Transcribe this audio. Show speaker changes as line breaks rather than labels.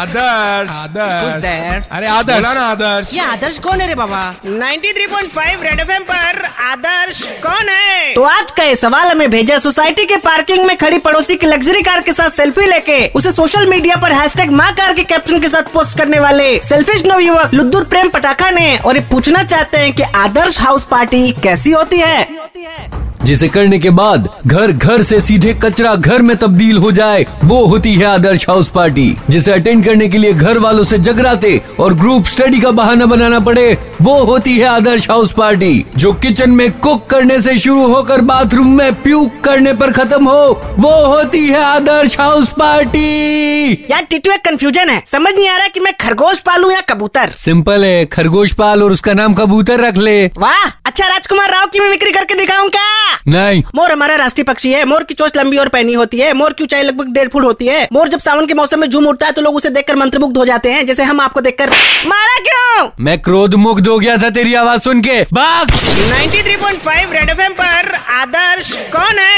Adarsh
Who's there?
अरे आदर्श बोला ना आदर्श
ये आदर्श कौन है रे बाबा
93.5 रेड एफएम पर आदर्श कौन है
तो आज का ये सवाल हमें भेजा है सोसाइटी के पार्किंग में खड़ी पड़ोसी की लग्जरी कार के साथ सेल्फी लेके उसे सोशल मीडिया पर हैशटैग माँ कार के कैप्शन के साथ पोस्ट करने वाले सेल्फिश नवयुवक लुद्दूर प्रेम पटाखा ने और ये पूछना चाहते हैं कि आदर्श हाउस पार्टी कैसी होती है
जिसे करने के बाद घर घर से सीधे कचरा घर में तब्दील हो जाए वो होती है आदर्श हाउस पार्टी जिसे अटेंड करने के लिए घर वालों से जगराते और ग्रुप स्टडी का बहाना बनाना पड़े वो होती है आदर्श हाउस पार्टी जो किचन में कुक करने से शुरू होकर बाथरूम में प्यूक करने पर खत्म हो वो होती है आदर्श हाउस पार्टी
यार टिटू एक कंफ्यूजन है समझ नहीं आ रहा कि मैं खरगोश पालूं या कबूतर
सिंपल है खरगोश पाल और उसका नाम कबूतर रख ले
वाह अच्छा राजकुमार राव की मिमिक्री करके दिखाऊं क्या
नहीं
मोर हमारा राष्ट्रीय पक्षी है मोर की चोंच लंबी और पैनी होती है मोर की ऊंचाई लगभग डेढ़ फुट होती है मोर जब सावन के मौसम में झूम उठता है तो लोग उसे देखकर मंत्रमुग्ध हो जाते हैं जैसे हम आपको देखकर मारा क्यों
मैं क्रोध मुग्ध हो गया था तेरी आवाज सुन के भाग
93.5 रेड एफएम पर आदर्श कौन है